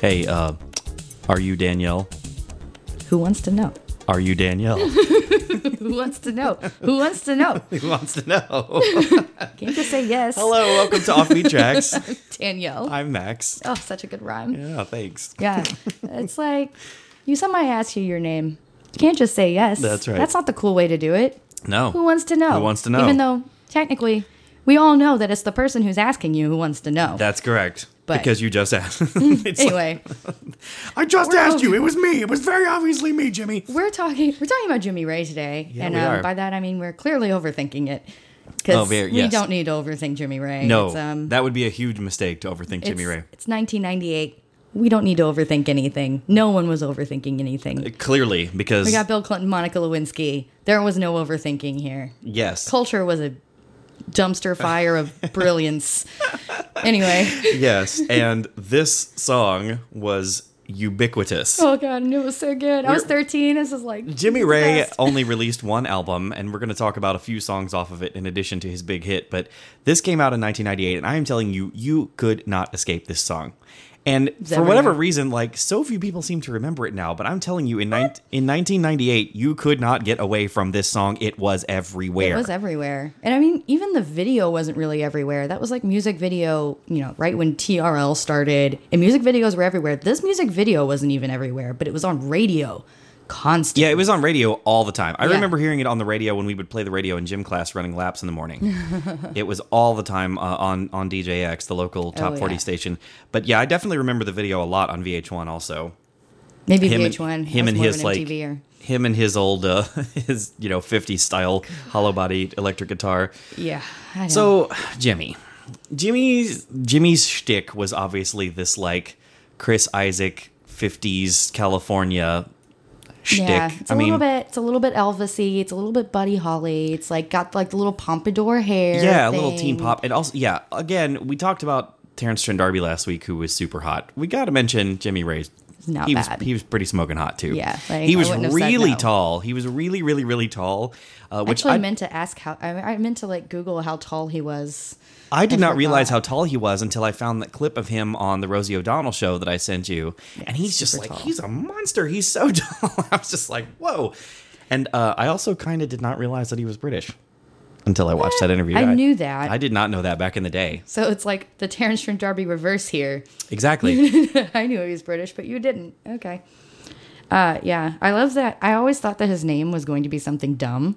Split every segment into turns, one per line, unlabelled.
Hey, uh, are you Danielle?
Who wants to know?
Are you Danielle?
Who wants to know? Who wants to know?
Who wants to know?
Can't just say yes.
Hello, welcome to Offbeat Tracks.
Danielle.
I'm Max.
oh, such a good rhyme.
Yeah, thanks.
Yeah. It's like you somebody asks you your name. You can't just say yes.
That's right.
That's not the cool way to do it. Who
No,
wants to know?
Who wants to know?
Even though technically we all know that it's the person who's asking you who wants to know.
that's correct.
But-
because you just asked. It's like,
anyway,
I just
We're
asked you.
over-
It was me. It was very obviously me, Jimmy.
we're talking we're talking about Jimmy Ray today.
Yeah,
and
we
um,
are.
by that I mean we're clearly overthinking it.
Oh,
Because
very-
we
yes.
don't need to overthink Jimmy Ray.
No,
It's, um,
that would be a huge mistake to overthink Jimmy
it's,
Ray.
It's 1998. We don't need to overthink anything. No one was overthinking anything.
Clearly, because
We got Bill Clinton, Monica Lewinsky. There was no overthinking here.
yes,
Culture was a dumpster fire of brilliance. anyway.
yes, and this song was ubiquitous.
Oh, God. And it was so good. I was
We're-
13. This is like.
Jimmy
it's the
Ray
best.
only released one album, and we're going to talk about a few songs off of it in addition to his big hit. But this came out in 1998, and I am telling you, you could not escape this song. And for
everywhere.
whatever reason, like so few people seem to remember it now, but I'm telling you, in, nine in 1998, you could not get away from this song. It was everywhere.
It was everywhere. And I mean, even the video wasn't really everywhere. That was like music video, you know, right when TRL started and music videos were everywhere. This music video wasn't even everywhere, but it was on radio constantly.
yeah, it was on radio all the time. I
Yeah.
remember hearing it on the radio when we would play the radio in gym class running laps in the morning. it was all the time uh, on on DJX, the local top
Oh, yeah.
40 station. But yeah, I definitely remember the video a lot on VH1 also.
Maybe
him and-
VH1. That
him
was
and
more of
his,
an
like-
MTV or-
him and his old uh, his you know 50 style hollow body electric guitar.
yeah. I don't know.
So Jimmy, Jimmy's Jimmy's shtick was obviously this like Chris Isaac 50s California shtick.
yeah, it's a
I
little
mean,
bit. It's a little bit Elvisy. It's a little bit Buddy Holly. It's like got like the little pompadour hair.
yeah, a little teen
thing.
pop, and also yeah. Again, we talked about Terrence Trent D'Arby last week, who was super hot. We got to mention Jimmy Ray's.
Not
he
bad.
was he was pretty smoking hot too.
Yeah, like,
he
I
was
wouldn't have said
really
no.
tall. He was really, really, really tall. Uh, which
Actually, I
I
meant to ask how. I, I meant to like Google how tall he was.
I did
I
not realize how
forgot.
tall he was until I found that clip of him on the Rosie O'Donnell show that I sent you. and he's just
super
like,
tall.
he's a monster. He's so tall. I was just like, whoa. And uh, I also kind of did not realize that he was British until I watched that interview.
Eh, I knew that.
I did not know that back in the day.
So it's like the Terrence Trent D'Arby reverse here.
Exactly.
I knew he was British, but you didn't. Okay. Uh, yeah, I love that. I always thought that his name was going to be something dumb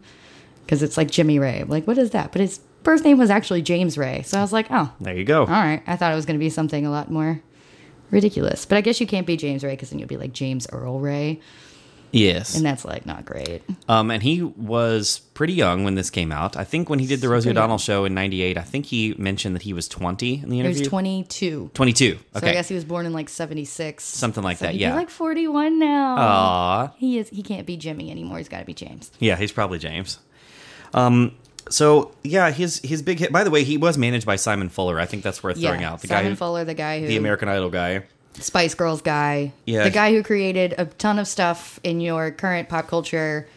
because it's like Jimmy Ray. I'm like, what is that? But his birth name was actually James Ray. So I was like, oh,
there you go.
All right. I thought it was going to be something a lot more ridiculous. But I guess you can't be James Ray because then you'll be like James Earl Ray.
Yes.
And that's like not great.
Um, and he was pretty young when this came out. I think when he did the Rosie
Super
O'Donnell
young.
show in 98, I think he mentioned that he was 20 in the
He
interview.
was 22.
22.
So
Okay.
I guess he was born in like 76.
Something like
So
that,
he'd
yeah. Oh.
Be like 41 now.
Aw.
He is. He can't be Jimmy anymore. He's got to be James.
Yeah, he's probably James. Um, so yeah, his his big hit. By the way, he was managed by Simon Fuller. I think that's worth throwing out. The
Simon
guy, who,
Fuller, the guy who
the American Idol guy.
Spice Girls guy.
Yeah.
The guy who created a ton of stuff in your current pop culture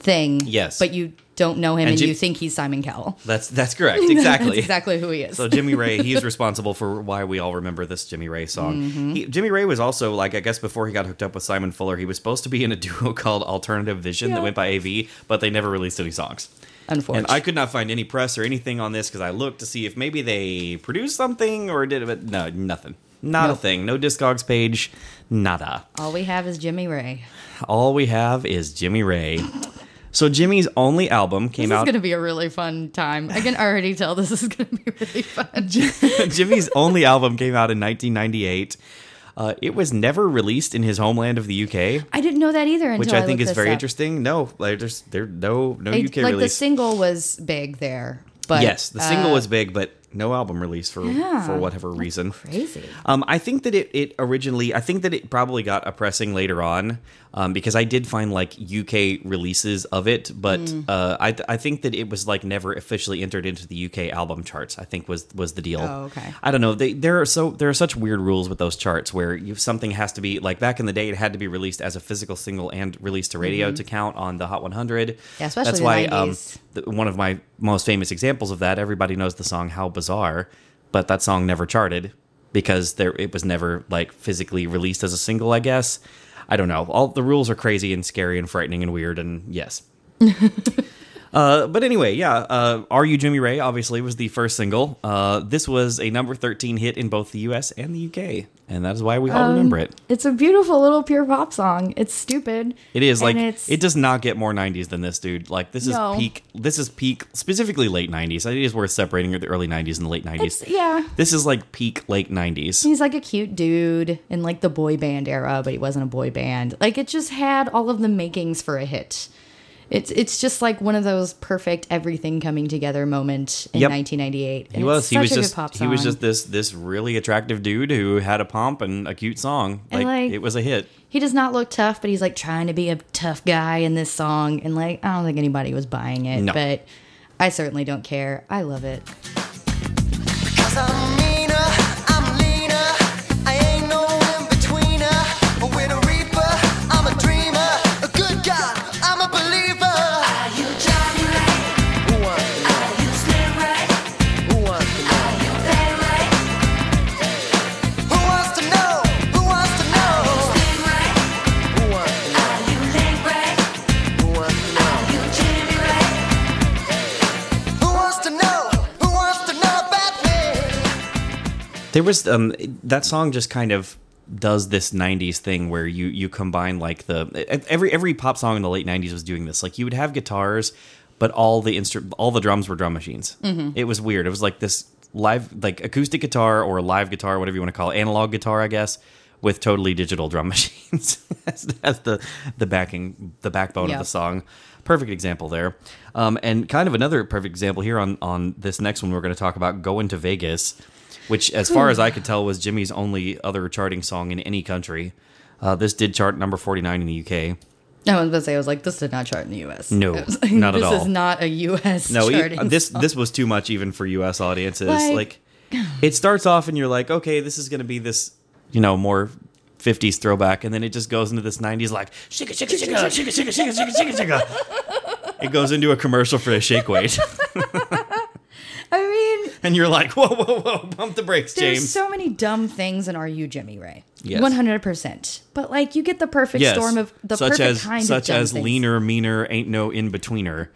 thing.
Yes.
But you don't know him
And
and,
Jim-
you think he's Simon Cowell.
That's that's correct. Exactly.
That's exactly who he is.
So Jimmy Ray, he's responsible for why we all remember this Jimmy Ray song.
Mm-hmm.
He, Jimmy Ray was also like, I guess before he got hooked up with Simon Fuller, he was supposed to be in a duo called Alternative Vision that
Yeah.
went by AV, but they never released any songs. And
Unfortunately.
I could not find any press or anything on this because I looked to see if maybe they produced something or did it, but no, nothing. Not a
Nope.
thing. No Discogs page. Nada.
All we have is Jimmy Ray.
All we have is Jimmy Ray. So Jimmy's only album came
This is
out.
going to be a really fun time. I can already tell this is going to be really fun.
Jimmy's only album came out in 1998. Uh, it was never released in his homeland of the UK,
I didn't know that either until
which I think
looked
is
this
very
up.
interesting. No, like, there's there no no
They-
UK
like the
release.
single was big there, but
yes, the single
uh,
was big, but no album release for
Yeah,
for whatever reason.
uh, crazy.
Um, I think that it, it originally, I think that it probably got a pressing later on um, because I did find like UK releases of it, but
Mm.
uh, I, I think that it was like never officially entered into the UK album charts. I think was was the deal.
Oh, okay.
I don't know. They, there are so there are such weird rules with those charts where you, something has to be like back in the day, it had to be released as a physical single and released to
Mm-hmm.
radio to count on the Hot 100.
Yeah, especially
That's
the
why
90s.
Um, the, one of my most famous examples of that. Everybody knows the song "How Bizarre," but that song never charted because there it was never like physically released as a single. I guess I don't know. All the rules are crazy and scary and frightening and weird. And yes. Uh, but anyway, yeah, uh, Are You Jimmy Ray obviously was the first single. Uh, this was a number 13 hit in both the US and the UK, and that is why we all
Um,
remember it.
It's a beautiful little pure pop song. It's stupid.
It is like
and it's,
it does not get more 90s than this, dude. Like this
No.
is peak. This is peak, specifically late 90s. It is worth separating the early 90s and the late 90s.
it's yeah.
this is like peak late 90s.
He's like a cute dude in like the boy band era, but he wasn't a boy band. Like it just had all of the makings for a hit. It's it's just like one of those perfect everything coming together moment in
Yep.
1998.
He was. He was just. He was just this this really attractive dude who had a pomp and a cute song.
And,
Like,
like-
it was a hit.
He does not look tough, but he's like trying to be a tough guy in this song, and like I don't think anybody was buying it,
No.
but I certainly don't care. I love it.
Cause I'm meaner, I'm leaner, I ain't no in-betweener, a winner reaper, I'm a dreamer, a good God, I'm a believer. Are you Johnny Ray? Who won? Are you Slim Ray? Who won? Are you Fat Ray? Who wants to know? Who wants to know? Are you Slim Ray? Who won? Are you Link Ray? Who wants to know? Are you Jimmy Ray? Who wants to know? Who wants to know about me?
There was um that song just kind of does this 90s thing where you you combine like the e, every every pop song in the late 90s was doing this like you would have guitars but all the instru- all the drums were drum machines it was weird it was like this live like acoustic guitar or live guitar whatever you want to call it analog guitar i guess with totally digital drum machines as, as the the backing the backbone
Yeah.
of the song perfect example there um, and kind of another perfect example here on on this next one we're going to talk about going to vegas which, as far as I could tell, was Jimmy's only other charting song in any country. Uh, this did chart number 49 in the UK.
I was about to say I was like this did not chart in the U.S.
No,
I was like,
not at
this
all.
is not a U.S.
No, e-
charting
this this was too much even for US audiences.
Like-
Like, it starts off and you're like, okay, this is going to be this, you know, more 50s throwback, and then it just goes into this 90s like shika shika shika shika shika shika shika shika shika. It goes into a commercial for a shake weight,
I mean,
and you're like, whoa, whoa, whoa, pump the brakes,
There's
James.
so many dumb things in Are You Jimmy Ray?
Yes.
One hundred percent. But like you get the perfect
Yes,
storm of the
such
perfect
as
kind
such
of dumb
as
things.
leaner, meaner, ain't no in betweener.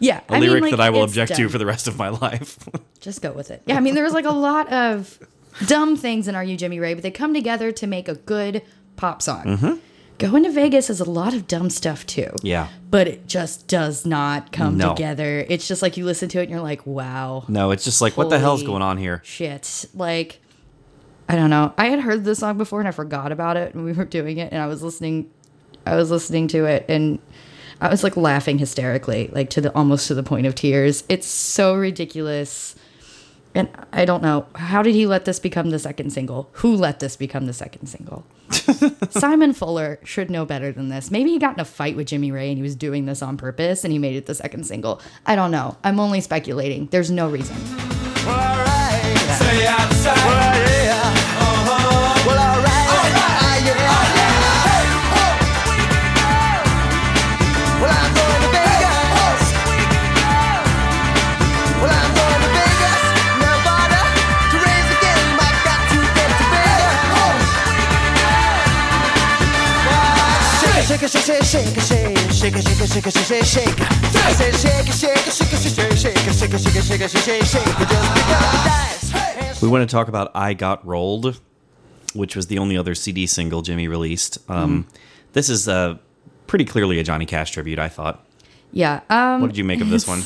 Yeah.
a lyric that I will object to for the rest of my life.
Just go with it. Yeah, I mean there was like a lot of dumb things in Are You Jimmy Ray, but they come together to make a good pop song. Going to Vegas is a lot of dumb stuff too.
Mm-hmm. yeah.
But it just does not come
No.
together. It's just like you listen to it and you're like, wow.
No, it's just like what the hell's
Holy
going on here?
shit. Like, I don't know. I had heard this song before and I forgot about it, and we were doing it, and I was listening, I was listening to it, and I was like laughing hysterically, like to the almost to the point of tears. It's so ridiculous. And I don't know. How did he let this become the second single? Who let this become the second single? Simon Fuller should know better than this. Maybe he got in a fight with Jimmy Ray and he was doing this on purpose and he made it the second single. I don't know. I'm only speculating. There's no reason.
Well, alright. Stay outside. Well, yeah. Uh-huh. Well, alright. Ah, yeah. Hey, oh. Well, I'm going to Vegas. Well, I'm going to Vegas, Nevada, to raise the game. I got to get to Vegas. Shake, shake, shake, shake, shake, shake, shake, shake, shake, shake, shake. I said shake, shake, shake, shake, shake, shake, shake, shake, shake, shake, shake. Just because it dies.
We want to talk about I Got Rolled, which was the only other CD single Jimmy released.
Mm-hmm.
Um, This is uh, pretty clearly a Johnny Cash tribute, I thought.
Yeah. Um,
What did you make of this one?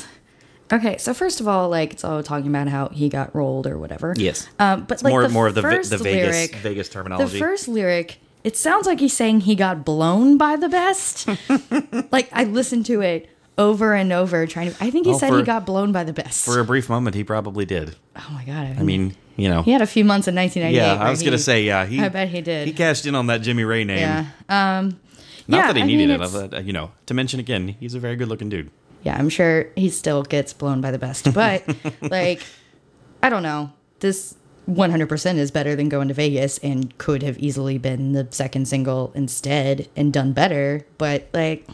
Okay, so first of all, like it's all talking about how he got rolled or whatever.
Yes.
Um, but like
more
the
more of the, Ve-
first
the Vegas
lyric,
Vegas
the
terminology.
first lyric, it sounds like he's saying he got blown by the best. like I listened to it over and over, trying to. I think he
Well,
said
for-
he got blown by the best.
For a brief moment, he probably did.
oh my god! I,
I mean, you know.
he had a few months in 1998.
yeah, I
where
was gonna
he-
say, yeah. He,
I bet he did.
He cashed in on that Jimmy Ray name.
Yeah. Um,
Not
yeah,
that he
I
needed
mean,
it,
it's-
but, uh, you know. To mention again, he's a very good-looking dude.
yeah, I'm sure he still gets blown by the best, but like, I don't know. This 100% is better than going to Vegas and could have easily been the second single instead and done better, but like,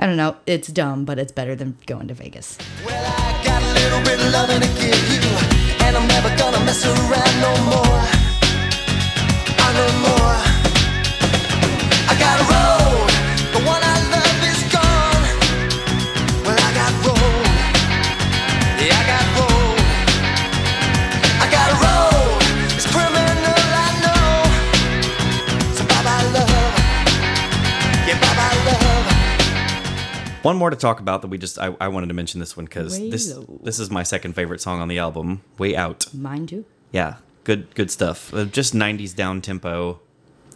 I don't know. It's dumb, but it's better than going to Vegas.
Well, I got a little bit of loving to give you. And I'm never gonna mess around no more. I know more. I got a road. The one I love is gone. Well, I got road. Yeah, I got road. I got a road. It's criminal, I know. So bye bye love. Yeah, bye bye love.
One more to talk about that we just I, I wanted to mention this one because
Way
this
low.
this is my second favorite song on the album, Way Out.
Mine too.
Yeah, good good stuff. Uh, just '90s down tempo.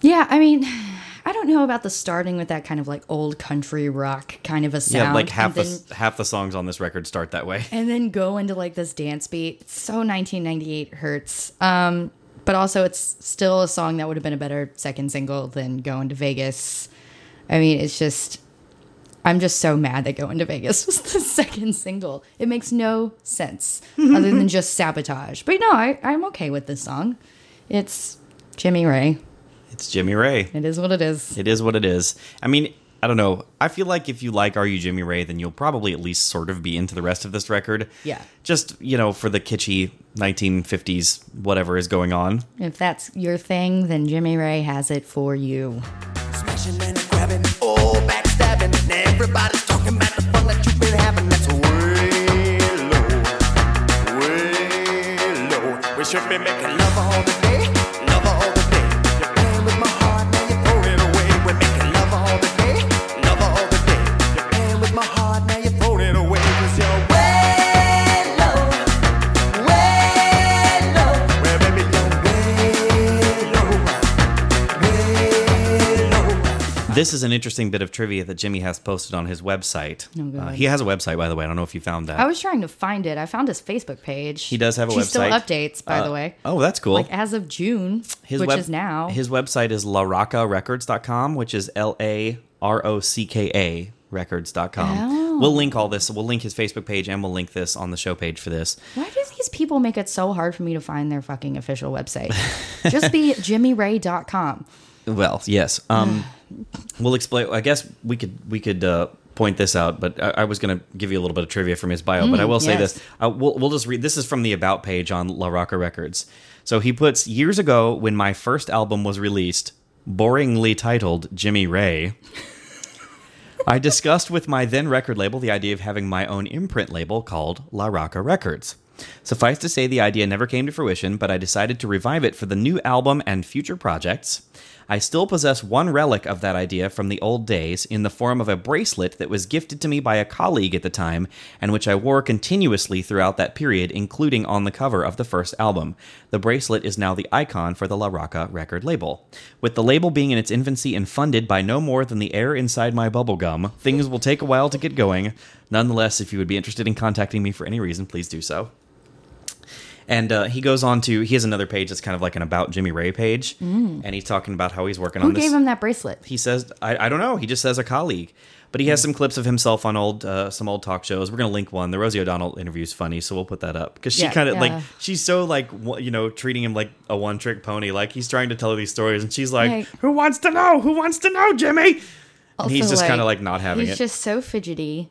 Yeah, I mean, I don't know about the starting with that kind of like old country rock kind of a sound.
Yeah, like half
and
the
then,
s- half the songs on this record start that way.
and then go into like this dance beat. It's so 1998 hertz. Um, but also, it's still a song that would have been a better second single than "Going to Vegas." I mean, it's just, I'm just so mad that "Going to Vegas" was the second single. It makes no sense other than just sabotage. But no, I, I'm okay with this song. It's Jimmy Ray.
It's Jimmy Ray.
It is what it is.
It is what it is. I mean, I don't know. I feel like if you like Are You Jimmy Ray, then you'll probably at least sort of be into the rest of this record.
Yeah.
Just, you know, for the kitschy 1950s whatever is going on.
If that's your thing, then Jimmy Ray has it for you.
Smashing and grabbing, oh, backstabbing. Now everybody's talking about the fun that you've been having. That's way low, way low. We should be making love all the day, love all the day. You're playing with my heart, now you throw it away. We're making love all the day, love all the day. You're playing with my heart, now you throw it away. Cause you're way low, way low. Well, baby, you're way low, way low.
This is an interesting bit of trivia that Jimmy has posted on his website.
Oh, God.
Uh, he has a website, by the way. I don't know if you found that.
I was trying to find it. I found his Facebook page.
he does have a
she
website.
still updates, by
Uh,
the way.
Oh, that's cool.
Like as of June, which
web-
is now.
His website is larocarecords.com, which is L A R O C K A records.com.
Oh.
We'll link all this. We'll link his Facebook page and we'll link this on the show page for this.
Why do these people make it so hard for me to find their fucking official website? Just be jimmyray.com.
Well, yes. Um, we'll explain. I guess we could we could uh, point this out, but I, I was going to give you a little bit of trivia from his bio. but I will say
Mm, yes.
this: uh, we'll, we'll just read. This is from the about page on La Rocca Records. So he puts years ago when my first album was released, boringly titled Jimmy Ray. I discussed with my then record label the idea of having my own imprint label called La Rocca Records. Suffice to say, the idea never came to fruition, but I decided to revive it for the new album and future projects. I still possess one relic of that idea from the old days in the form of a bracelet that was gifted to me by a colleague at the time and which I wore continuously throughout that period, including on the cover of the first album. The bracelet is now the icon for the La Rocca record label. With the label being in its infancy and funded by no more than the air inside my bubblegum, things will take a while to get going. Nonetheless, if you would be interested in contacting me for any reason, please do so. And uh, he goes on to, he has another page that's kind of like an About Jimmy Ray page. And he's talking about how he's working
Mm. Who
on this
gave him that bracelet?
he says I, I don't know he just says a colleague but
Hmm.
he has some clips of himself on old uh, some old talk shows we're gonna link one the rosie o'donnell interview's funny so we'll put that up because she
Yeah.
kind of
Yeah.
like she's so like wh- you know treating him like a one-trick pony like he's trying to tell her these stories and she's like
Right.
who wants to know who wants to know jimmy and he's
Also,
just kind of like not having
He's
it
just so fidgety.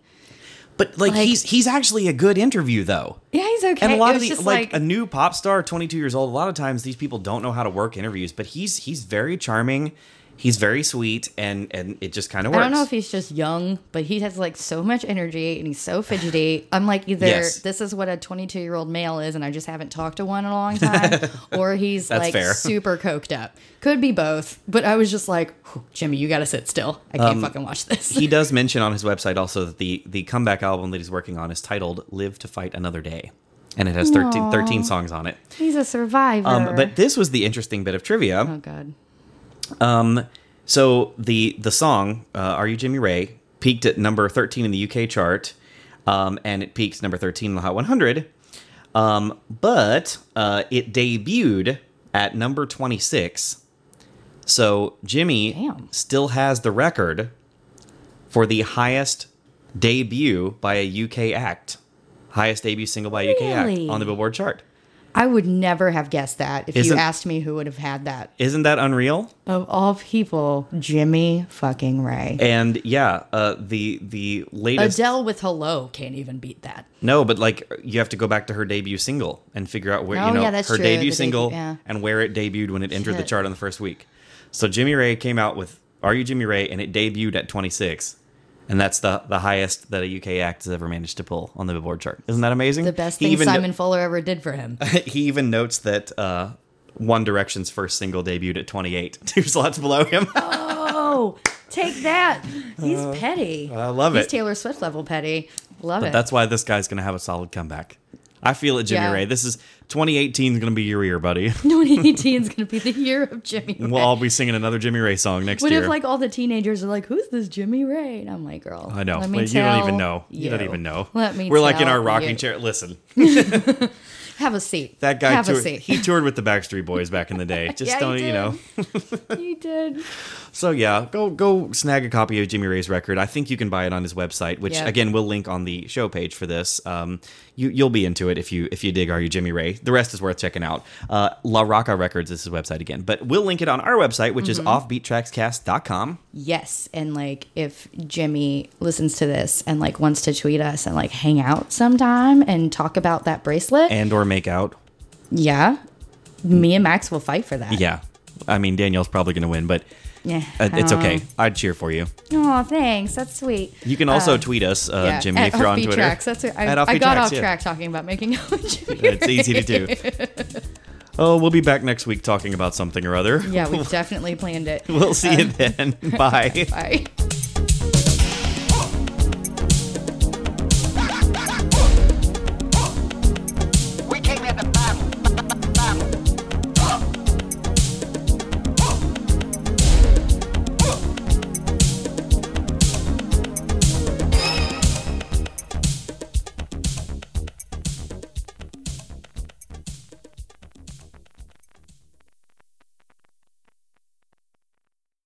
but like,
like-
he's he's actually a good interview though
Yeah, he's okay.
and a
It
lot of
was
the,
just
like, a new pop star 22 years old a lot of times these people don't know how to work interviews but he's he's very charming he's very sweet and and it just kind of works
I don't know if he's just young, but he has like so much energy and he's so fidgety. I'm like either
Yes.
this is what a 22 year old male is, and I just haven't talked to one in a long time, or he's
That's
like
fair.
super coked up. Could be both, but I was just like, "Whew, Jimmy, you got to sit still. I can't fucking watch this.
Um, he does mention on his website also that the the comeback album that he's working on is titled "Live to Fight Another Day," and it has 13,
Aw.
13 songs on it.
he's a survivor.
Um, but this was the interesting bit of trivia.
oh god,
So the the song uh, "Are You Jimmy Ray" peaked at number thirteen in the UK chart, um, and it peaked number thirteen in the Hot 100. Um, but uh, it debuted at number 26. So Jimmy
Damn.
still has the record for the highest debut by a UK act, highest debut single by a UK act
Really?
on the Billboard chart.
I would never have guessed that if
Isn't-
you asked me who would have had that.
Isn't that unreal?
Of all people, Jimmy fucking Ray.
And yeah, uh, the the latest.
Adele with Hello can't even beat that.
No, but like you have to go back to her debut single and figure out where
Oh,
you know
yeah, that's
her
true,
debut
the
single
debut, yeah.
and where it debuted when it entered the
Shit.
chart on the first week. So Jimmy Ray came out with "Are You Jimmy Ray" and it debuted at 26, and that's the the highest that a UK act has ever managed to pull on the Billboard chart. Isn't that amazing?
The best
He
thing
even no-
Simon Fuller ever did for him.
he even notes that uh, One Direction's first single debuted at 28, two slots below him.
oh, take that. He's petty.
Uh, I love
He's
it.
Taylor Swift level petty. Love it.
That's why this guy's going to have a solid comeback. I feel it, Jimmy
Yeah.
Ray. This is 2018 is going to be your year, buddy.
2018 E is going to be the year of Jimmy Ray.
We'll all be singing another Jimmy Ray song next
what
year.
if like all the teenagers are like, "Who's this Jimmy Ray?" And I'm like, "Girl,
I know.
let me
Like, you don't
tell
even know. You. don't even know.
Let me.
We're like in
tell
our rocking
you.
chair. Listen,
Have a seat.
that guy
Have a
toured,
seat.
he toured with the Backstreet Boys back in the day. Just
Yeah, he
don't, you
did.
know.
he did.
So yeah, go go snag a copy of Jimmy Ray's record. I think you can buy it on his website, which
Yep.
again we'll link on the show page for this. Um, you you'll be into it if you if you dig Are You Jimmy Ray. The rest is worth checking out. Uh, La Rocca Records is his website again, but we'll link it on our website, which
Mm-hmm.
is offbeattrackscast.com.
Yes, and like if Jimmy listens to this and like wants to tweet us and like hang out sometime and talk about that bracelet,
and or make out.
yeah, me and Max will fight for that.
Yeah, I mean Danielle's probably going to win, but
Yeah,
uh, it's
Um,
okay. I'd cheer for you.
Oh, thanks. That's sweet.
You can also tweet us, uh,
Yeah,
Jimmy,
at
if you're
Off
on
Beat
Twitter.
Tracks. That's what I,
At Off
I
Beat
got
Tracks,
off
yeah.
track talking about making out with Jimmy
It's
Ray.
easy to do. Oh, we'll be back next week talking about something or other.
Yeah, we definitely planned it.
We'll see you then. Bye.
Bye.